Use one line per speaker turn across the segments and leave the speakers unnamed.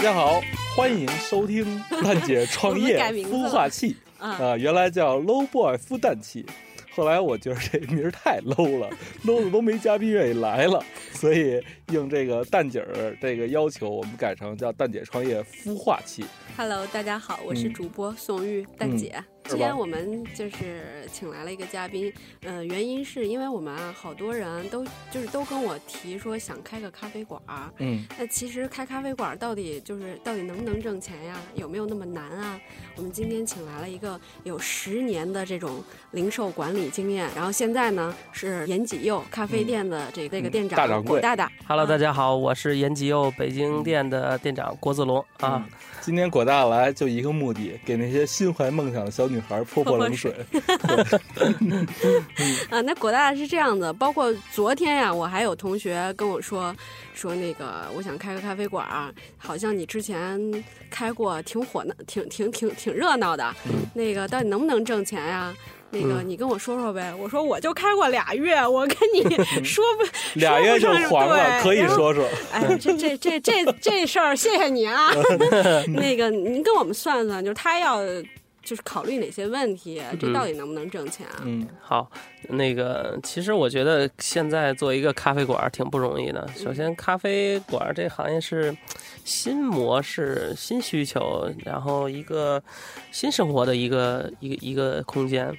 家好，欢迎收听蛋姐创
我们
业
改名字
孵
了
化器啊、
啊，
原来叫 Low Boy 孵蛋器，后来我觉得这名儿太 low 了，low 的都没嘉宾愿意来了，所以应这个蛋姐儿这个要求，我们改成叫蛋姐创业孵化器。
Hello，大家好，我是
嗯
主播宋玉蛋姐。
是
今
吧
天我们就是请来了一个嘉宾，呃，原因是因为我们啊，好多人都就是都跟我提说想开个咖啡馆儿，
嗯
那其实开咖啡馆儿到底就是到底能不能挣钱呀？有没有那么难啊？我们今天请来了一个有十年的这种零售管理经验，然后现在呢是延吉佑咖啡店的这个、这个店长
嗯大掌柜
郭大大。
Hello，大家好，我是延吉佑北京店的店长郭子龙啊。
嗯今天果大来就一个目的，给那些心怀梦想的小女孩泼泼冷 水。
啊，那果大是这样的，包括昨天呀、我还有同学跟我说，说那个我想开个咖啡馆儿，好像你之前开过，挺火闹，挺挺挺挺热闹的，
嗯
那个到底能不能挣钱呀、那个，你跟我说说呗。我说我就开过俩月，我跟
嗯
你说不，
俩月就黄了，可以说说。
哎，这这这这这事儿，谢谢你 啊。那个，您跟我们算算，就是他要就是考虑哪些问题，这
嗯
到底能不能挣钱啊？
嗯
好，那个其实我觉得现在做一个咖啡馆儿挺不容易的。首先，咖啡馆儿这行业是新模式、新需求，然后一个新生活的一个一个一个空间。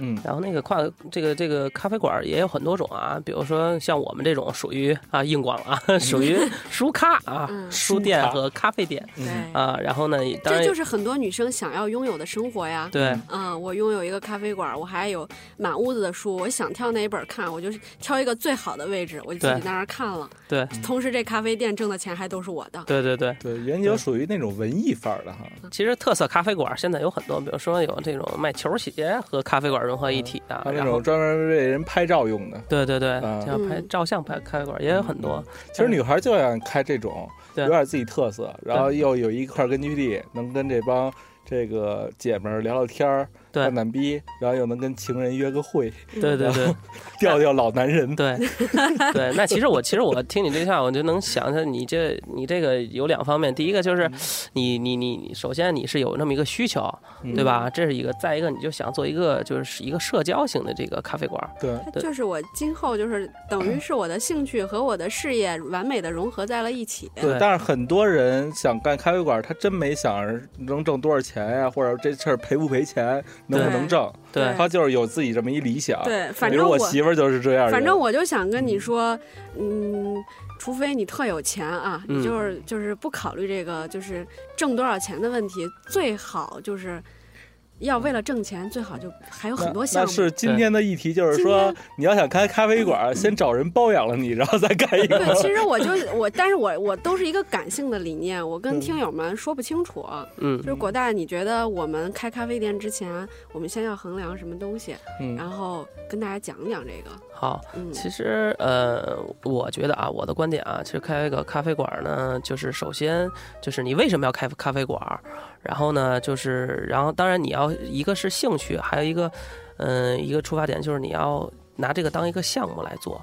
嗯
然后那个跨这个这个咖啡馆儿也有很多种啊，比如说像我们这种属于啊硬广啊， 属于书咖啊
嗯，
书
书
店
咖
和咖啡店
嗯
啊。然后呢，当
这
然
就是很多女生想要拥有的生活呀。
对。
嗯，我拥有一个咖啡馆，我还有满屋子的书，我想挑哪本看，我就是挑一个最好的位置，我就自己
对
在那儿看了。
对
同时这咖啡店挣的钱还都是我的。
对对对，
对，袁姐属于那种文艺范儿的哈。
其实特色咖啡馆现在有很多，比如说有这种卖球鞋和咖啡馆融合一体的，
嗯还有那
啊然
种
后
专门为人拍照用的。
对对对，
嗯
像拍照相拍咖啡馆也有很多。
其实女孩就想开这种，
嗯对
有点自己特色，然后又有一块根据地，能跟这帮这个姐们儿聊聊天儿，
对
蛋蛋逼，然后又能跟情人约个会，
对对对
钓钓老男人。
对 对，那其实我其实我听你这下，我就能想象你这你这个有两方面，第一个就是你你你你首先你是有那么一个需求，
嗯
对吧？这是一个，再一个你就想做一个就是一个社交型的这个咖啡馆，
对，
那
对
就是我今后就是等于是我的兴趣和我的事业完美的融合在了一起。
对
但是很多人想干咖啡馆，他真没想着能挣多少钱呀、或者这事儿赔不赔钱，能不能挣，
对
他就是有自己这么一理想。，
对，反
比
正
如
我
我媳妇儿就是这样的人。
反正我就想跟你说，嗯，除非你特有钱啊，
嗯
你就是就是不考虑这个就是挣多少钱的问题，最好就是要为了挣钱，最好就还有很多
那
项
那
目。
是今天的议题，就是说
今嗯
你要想开咖啡馆，先找人包养了你，然后再开一 个。
对，其实我就我，但是我我都是一个感性的理念，我跟
嗯
听友们说不清楚。
嗯
就，是果大，你觉得我们开咖啡店之前，我们先要衡量什么东西，
嗯
然后跟大家讲讲这个。
好。
嗯，
其实，呃，我觉得啊，我的观点啊，其实开一个咖啡馆儿呢，就是首先就是你为什么要开咖啡馆儿，然后呢，就是然后当然你要一个是兴趣，还有一个，嗯、一个出发点就是你要拿这个当一个项目来做。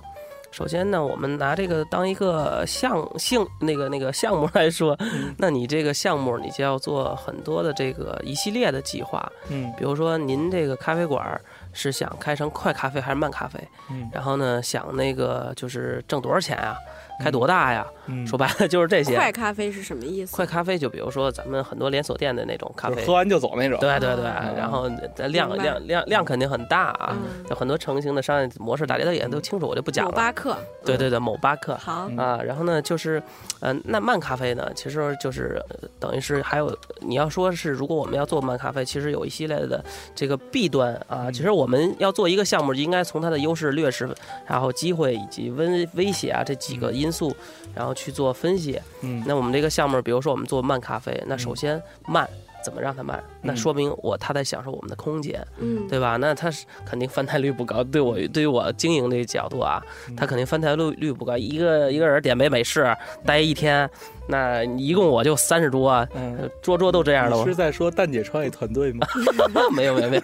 首先呢，我们拿这个当一个项性那个那个项目来说， 那你这个项目你就要做很多的这个一系列的计划，
嗯
比如说您这个咖啡馆儿是想开成快咖啡还是慢咖啡？
嗯
然后呢，想那个就是挣多少钱啊，
嗯
开多大呀？
嗯
说白了就是这些。
快咖啡是什么意思？
快咖啡就比如说咱们很多连锁店的那种咖
就是
啡
喝，嗯完就走那种。
对对对，
啊
然后咱量
明白
量量量肯定很大啊，
嗯
有很多成型的商业模式，大家也都清楚，我就不讲
某
了。
巴克。
对对对，某巴克。
好，
嗯
啊，然后呢，就是，嗯、那慢咖啡呢，其实就是呃等于是还有你要说是，如果我们要做慢咖啡，其实有一系列的这个弊端啊。
嗯
其实我们要做一个项目，应该从它的优势、劣势，然后机会以及危威胁啊这几个因素，然后去做分析。
嗯
那我们这个项目，比如说我们做慢咖啡，那首先慢。怎么让它卖？那
嗯
说明我他在享受我们的空间，
嗯，
对吧？那他是肯定翻台率不高。对我对于我经营这个角度啊，他肯定翻台率率不高。一个一个人点杯美式待一天，那一共我就三十桌，
嗯，
桌桌都这样了
你
吗
是？在说蛋姐创业团队吗？
没有没有没有，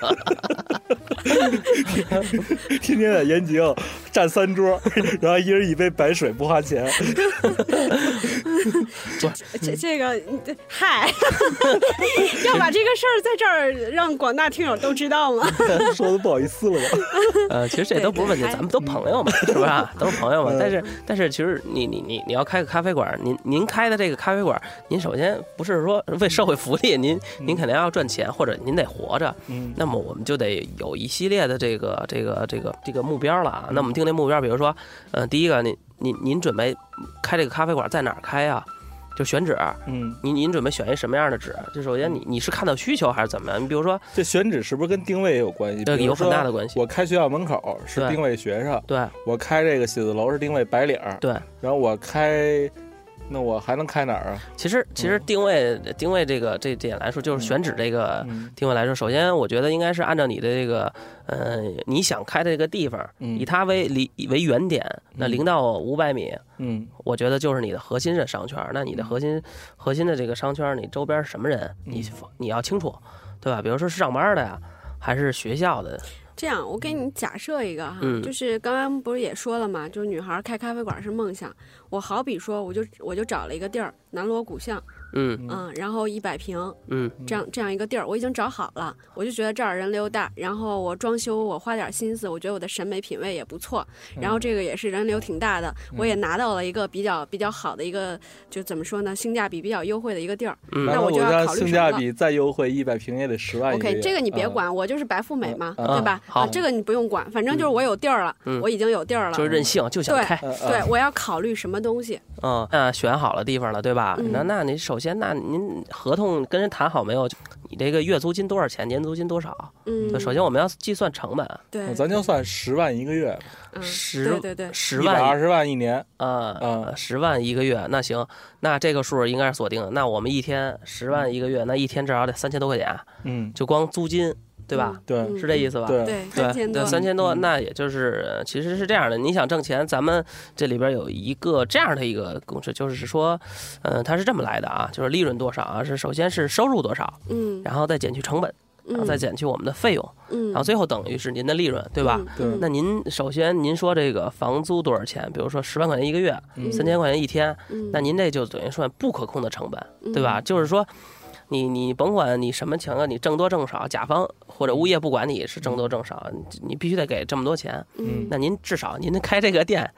天天在延吉占三桌，然后一人一杯白水不花 钱，
这这个你嗨， 要把这个事儿在这儿让广大听友都知道吗？
说的不好意思了 吧？
呃，其实这都不是问题，
对对
咱们都朋友嘛，是吧？都是朋友嘛
嗯。
但是但是，其实你你你你要开个咖啡馆，您您开的这个咖啡馆，您首先不是说为社会福利，您您肯定要赚钱，或者您得活着。
嗯
那么我们就得有一系列的这个这个这个这个目标了啊。那我们定这目标，比如说，嗯，第一个，您您您准备开这个咖啡馆在哪儿开啊？就选址，
嗯，
您您准备选一什么样的址？就首先你你是看到需求还是怎么样？你比如说，
这选址是不是跟定位也有关系？
对，
比如
有
说
很大的关系。
我开学校门口是
对
定位学生，
对
我开这个写字楼是定位白领，
对，
然后我开，那我还能开哪儿啊？
其实其实
嗯
定位定位这个这点来说，就是选址这个
嗯
定位来说，首先我觉得应该是按照你的这个，呃，你想开的这个地方，
嗯
以它为离为原点，那
嗯
零到五百米，
嗯
我觉得就是你的核心的商圈。那你的核心核心的这个商圈，你周边是什么人，
嗯
你你要清楚，对吧？比如说是上班的呀，还是学校的，
这样，我给你假设一个哈，
嗯
就是刚刚不是也说了嘛，就是女孩开咖啡馆是梦想。我好比说，我就我就找了一个地儿，南锣鼓巷，
嗯
嗯
嗯，然后一百平，
嗯
这样这样一个地儿，我已经找好了，我就觉得这儿人流大，然后我装修我花点心思，我觉得我的审美品味也不错，
嗯
然后这个也是人流挺大的，我也拿到了一个比较比较好的一个，就怎么说呢，性价比比较优惠的一个地儿。
嗯
南
那
锣
我
鼓
就要
巷
考虑
性
什
价
么
比再优惠，一百平也得十万一个月。
OK，这个
啊
你别
嗯，
管，我就是白富美嘛，
嗯
对吧？
好
啊这个你不用管，反正就是我有地儿了，
嗯
我已经有地儿了
就是。任性，就想
对
开。
嗯
对，，我要考虑什么东西？
嗯，那选好了地方了，对吧？
嗯
那那你首先，那您合同跟人谈好没有？你这个月租金多少钱？年租金多少？
嗯
对，，首先我们要计算成本，
对
嗯，咱就算十万一个月，
嗯
十
对对对，
十
一百
万
二十万一年，
啊
嗯，
十万一个月，那行，那这个数应该是锁定的。那我们一天十万一个月，那一天至少得三千多块钱，啊
嗯，
就光租金，对吧？
对，
嗯
是这意思吧？
对
对，三
对
千
对，
多，
三千多，
嗯
那也就是呃其实是这样的。你想挣钱，咱们这里边有一个这样的一个公式，就是说，嗯，它是这么来的啊，就是利润多少啊，是首先是收入多少，
嗯，
然后再减去成本，然后再减去我们的费用，
嗯，
然后最后等于是您的利润，对吧？
嗯
对
那您首先您说这个房租多少钱？比如说十万块钱一个月，
嗯
三千块钱一天，
嗯，
那您这就等于算不可控的成本，
嗯
对吧？？就是说，你你甭管你什么情况，你挣多挣少，甲方或者物业不管你是挣多挣少，你你必须得给这么多钱。
嗯，
那您至少您开这个店，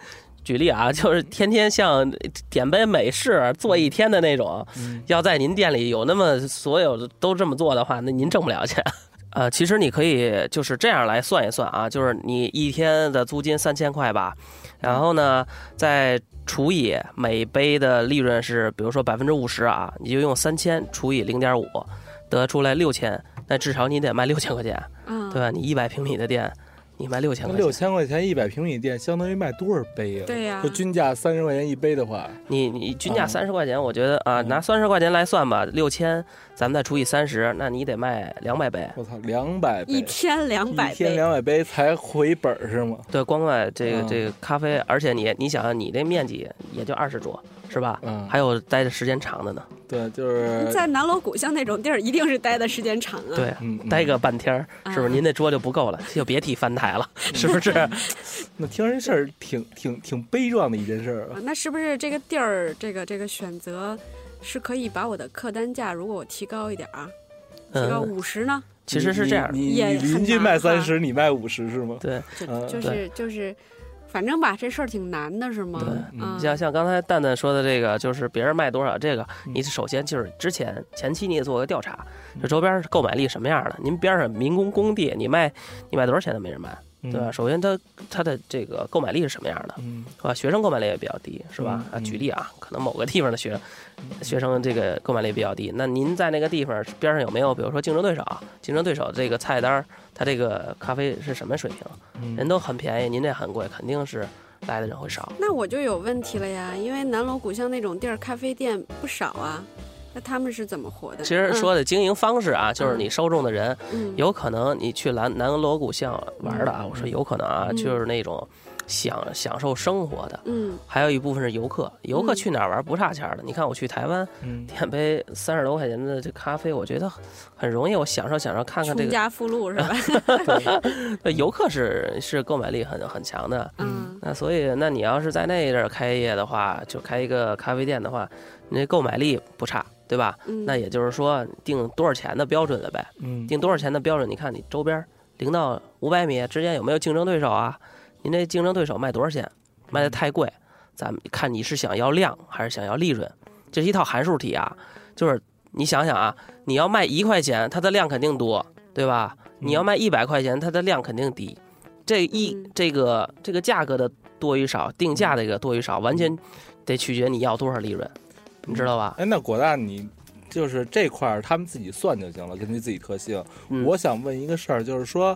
举例啊，就是天天像点杯美式做一天的那种，
嗯
要在您店里有那么所有的都这么做的话，那您挣不了钱。 呃，其实你可以就是这样来算一算啊，就是你一天的租金三千块吧，然后呢再除以每杯的利润是，比如说百分之五十啊，你就用三千除以零点五，得出来六千，那至少你得卖六千块钱，
啊，
对吧？你一百平米的店，你卖六千
那
块
六
钱，
千块钱一百平米店，相当于卖多少杯啊？
对呀
就均价三十块钱一杯的话，
你你均
啊
价三十块钱，我觉得啊，
嗯
拿三十块钱来算吧，六千，咱们再除以三十，那你得卖两百杯。
我操，两百杯，
一天两百
一天
杯，
两百杯才回本儿是吗？
对，光卖这个
嗯
这个咖啡，而且你你想，啊你这面积也就二十桌，是吧？
嗯，
还有待的时间长的呢，
对，就是
在南锣鼓巷那种地儿，一定是待的时间长啊。，
对，
嗯，嗯嗯
待个半天儿，是不是？
啊
您那桌就不够了，就别提翻 台了，是不是？
那听人事儿挺挺挺悲壮的一件事儿啊。
那是不是这个地儿，这个这个选择，是可以把我的客单价，如果我提高一点儿，啊提高
嗯，
五十呢？
其实是这样的，
你
也
你你
很
邻居
难
卖
哈
三十，你卖五十是吗？
呃对。
就
嗯
就是就是，反正吧，这事儿挺难的，是吗？
对
嗯
啊，
像像刚才蛋蛋说的这个，就是别人卖多少，这个
嗯
你首先就是之前前期你也做个调查，
嗯
这周边购买力什么样的？您边上民工工地，你卖你卖多少钱都没人买，
嗯
对吧？？首先它它的这个购买力是什么样的，
嗯，
是啊吧？学生购买力也比较低，是吧？
嗯
啊，
嗯
举例啊，可能某个地方的学生学生这个购买力比较低，那您在那个地方边上有没有，比如说竞争对手？啊竞争对手这个菜单儿，它这个咖啡是什么水平？
嗯
人都很便宜，您这很贵，肯定是来的人会少。
那我就有问题了呀，因为南锣鼓巷那种地儿，咖啡店不少啊。那他们是怎么活的？
其实说的经营方式啊，就是你受众的人，
嗯，
有可能你去南南锣鼓巷玩的啊，我说有可能啊，
嗯
就是那种享享受生活的，
嗯
还有一部分是游客，游
嗯
客去哪儿玩不差钱儿的。你看我去台湾
嗯，
点杯三十多块钱的这咖啡，我觉得很容易，我享受享受
嗯，
看看
穷
这个。
家富路 是吧？嗯
那游客是是购买力很很强的，
嗯
那所以那你要是在那阵儿开业的话，就开一个咖啡店的话，你这购买力不差，对吧？
嗯，
那也就是说定多少钱的标准了呗。
嗯，
定多少钱的标准？你看你周边零到五百米之间有没有竞争对手啊？您这竞争对手卖多少钱？卖的太贵，咱们看你是想要量还是想要利润？这是一套函数题啊，就是你想想啊，你要卖一块钱，它的量肯定多，对吧？你要卖一百块钱，它的量肯定低。这一
嗯
这个这个价格的多与少，定价的一个多与少，完
嗯
全得取决你要多少利润，你知道吧？
哎，那果大你就是这块儿他们自己算就行了，根据自己特性。
嗯
我想问一个事儿，就是说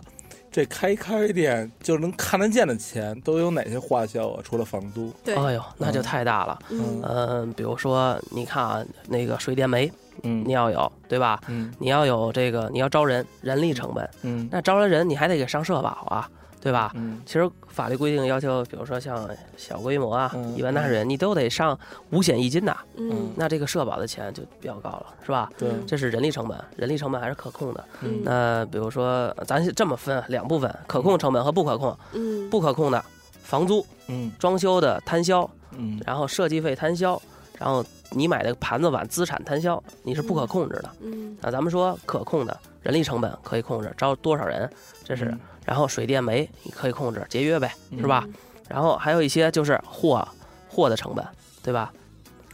这开咖啡店就是能看得见的钱都有哪些花销啊？除了房租，
对，
哎呦，那就太大了。
嗯
嗯，比如说，你看啊，那个水电煤
嗯
你要有，对吧？
嗯
你要有这个，你要招人，人力成本。
嗯
那招来人，你还得给上社保啊，对吧？
嗯
其实法律规定要求，比如说像小规模啊、
嗯
一般纳税人，你都得上五险一金呐、
嗯
那这个社保的钱就比较高了，是吧？
对
这是人力成本，人力成本还是可控的。
嗯
那比如说，咱这么分两部分：可控成本和不可控。
嗯
不可控的，房租、
嗯
装修的摊销，
嗯
然后设计费摊销，然后你买的盘子碗资产摊销，你是不可控制的。啊
嗯
那咱们说可控的人力成本可以控制，招多少人这是，然后水电煤你可以控制，节约呗，
嗯
是吧？
嗯
然后还有一些就是货货的成本，对吧？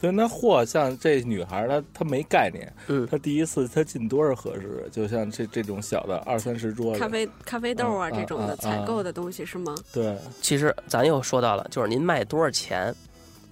对，那货像这女孩儿她她没概念，
嗯
她第一次她进多少合适？就像这这种小的二三十桌
嗯咖
子，
啡咖啡豆啊
嗯
这种的
嗯嗯
采购的东西是吗？
对，
其实咱又说到了，就是您卖多少钱，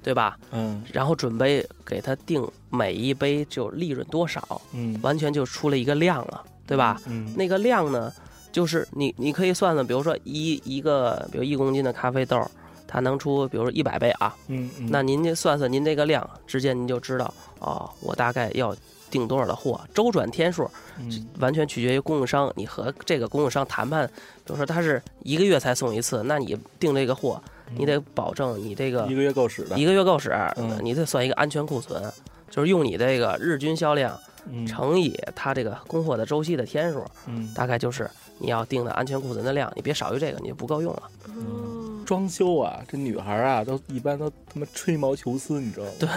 对吧？
嗯
然后准备给他定每一杯就利润多少，
嗯
完全就出了一个量了，对吧？
嗯，
那个量呢，就是你你可以算算，比如说一一个，比如一公斤的咖啡豆，它能出，比如说一百杯啊，
嗯嗯
那您就算算您这个量，直接您就知道哦，我大概要订多少的货，周转天数
嗯
完全取决于供应商，你和这个供应商谈判，比如说他是一个月才送一次，那你订这个货，你得保证你这个
嗯一个月够使的
一，个月够使，
嗯
你得算一个安全库存。就是用你这个日均销量
嗯
乘以它这个供货的周期的天数，
嗯
大概就是你要定的安全库存的量，你别少于这个，你就不够用了。
哦，
嗯
装修啊，这女孩儿啊，都一般都他妈吹毛求疵，你知道吗？
对，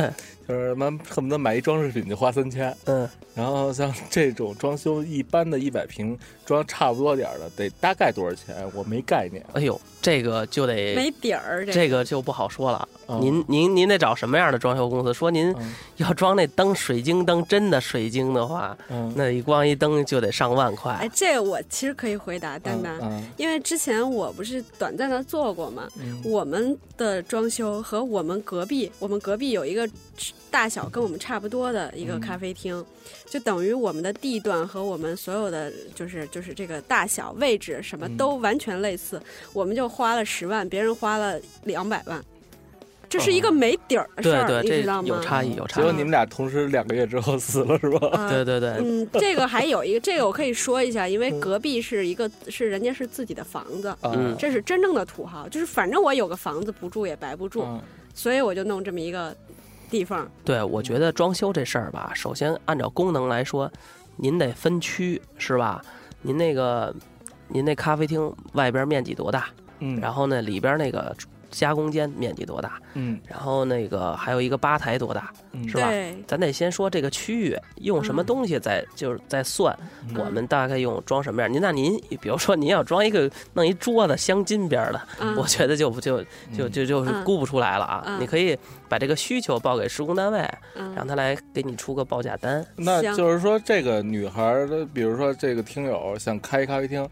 就是他妈恨不得买一装饰品就花三千。
嗯，
然后像这种装修一般的一百平，装差不多点儿的，得大概多少钱？我没概念。啊
哎呦，这个就得
没底儿这
这个就不好说了。
啊
您您您得找什么样的装修公司？说您
嗯
要装那灯水晶灯，真的水晶的话，
嗯，
那一光一灯就得上万
哎
块。
这我其实可以回答丹丹，
嗯
因为之前我不是短暂的做过嘛，
嗯
我们的装修和我们隔壁，我们隔壁有一个大小跟我们差不多的一个
嗯
咖啡厅，就等于我们的地段和我们所有的就是就是这个大小、位置什么
嗯
都完全类似，我们就花了十万，别人花了两百万，这是一个没底儿的事
对
儿，
哦对，
你知道
这
吗？
有差异，有差
结果
异。
你们俩同时两个月之后死了是吧？
啊
对对对，
嗯，这个还有一个，这个我可以说一下，因为
嗯
隔壁是一个是人家是自己的房子，
啊
嗯
这是真正的土豪，就是反正我有个房子不住也白不
哦
住，
嗯
所以我就弄这么一个地方。
对我觉得装修这事儿吧，首先按照功能来说，您得分区是吧？您那个您那咖啡厅外边面积多大？
嗯，
然
后
后呢，里边那个加工间面积多大？
嗯
然后那个还有一个吧台多大？
嗯
是吧
对，
咱得先说这个区域用什么
嗯
东西再，就是再算
嗯
我们大概用装什么样。您那您比如说您要装一个弄一桌子镶金边儿的，
嗯
我觉得就不就就就就是
嗯
估不出来了啊。
嗯
你可以把这个需求报给施工单位，让
嗯，
他来给你出个报价单。
那
行
就是说，这个女孩儿的，比如说这个听友想开咖啡厅，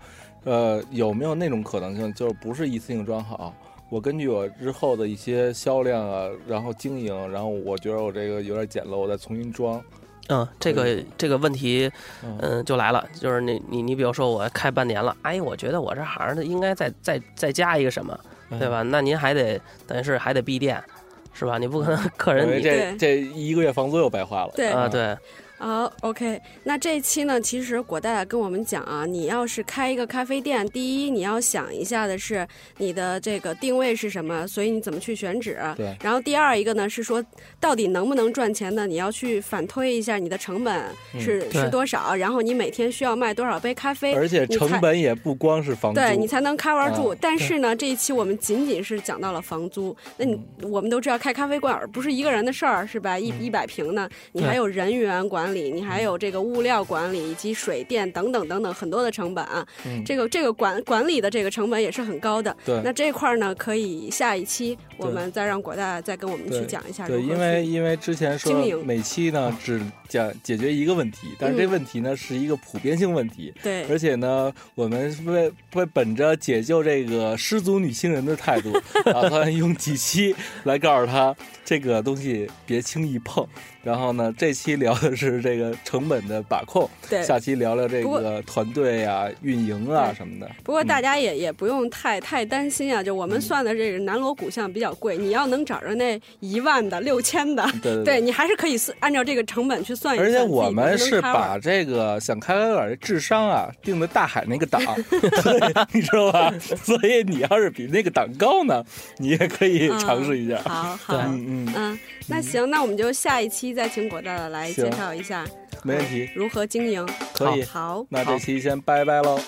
呃，有没有那种可能性，就是不是一次性装好？我根据我之后的一些销量啊，然后经营，然后我觉得我这个有点简陋，我再重新装。
嗯，这
可
个
以
这个问题，
嗯
嗯，就来了，就是你你你比如说我开半年了，哎，我觉得我这行的应该再再再加一个什么。对？吧？那您还得等于是还得闭店，是吧？你不可能客
因
人
为
你
这
对
这一个月房租又白花了。
对
啊，对，
好、o k 那这一期呢，其实果大跟我们讲啊，你要是开一个咖啡店，第一你要想一下的是你的这个定位是什么，所以你怎么去选址。
对
然后第二一个呢是说，到底能不能赚钱呢？你要去反推一下你的成本
嗯
是、
对
是多少，然后你每天需要卖多少杯咖啡，
而且成本也不光是房租，
对哎你才能 cover 住。
啊
但是呢，这一期我们仅仅是讲到了房租。那你、
嗯
我们都知道，开咖啡馆儿不是一个人的事儿，是吧？一一百平呢，你
对
还有人员管理，你还
嗯
有这个物料管理以及水电等等等等很多的成本啊。
嗯
这个这个管管理的这个成本也是很高的。
对
那这块儿呢，可以下一期我
对
们再让果大再跟我们去
对
讲一下
对，
如何
因为
去
因为之前说
经营
每期呢只讲解决一个问题，但是这
嗯
问题呢是一个普遍性问题，
对
而且呢，我们为为本着解救这个失足女青人的态 度，打算用几期来告诉她这个东西别轻易碰。然后呢，这期聊的是这个成本的把控，
对
下期聊聊这
不过
个团队啊、运营啊
对
什么的。
不过
嗯
大家也、也不用太太担心啊，就我们算的这个南锣鼓巷比较贵，你要能找着那一万的、六千 的，
对对
对你还是可以算按照这个成本去算一算
而
自己
且
能不能 cover。
我们是把这个想开开馆的智商啊定的大海那 个档，所以你知道吧？所以你要是比那个档高呢，你也可以
嗯
尝试一下。
好好
对，
嗯嗯，
嗯，那行，那我们就下一期再请果大大来
行
介绍一下
没问题，
如何经营。
可以。
好，
那这期先拜拜喽。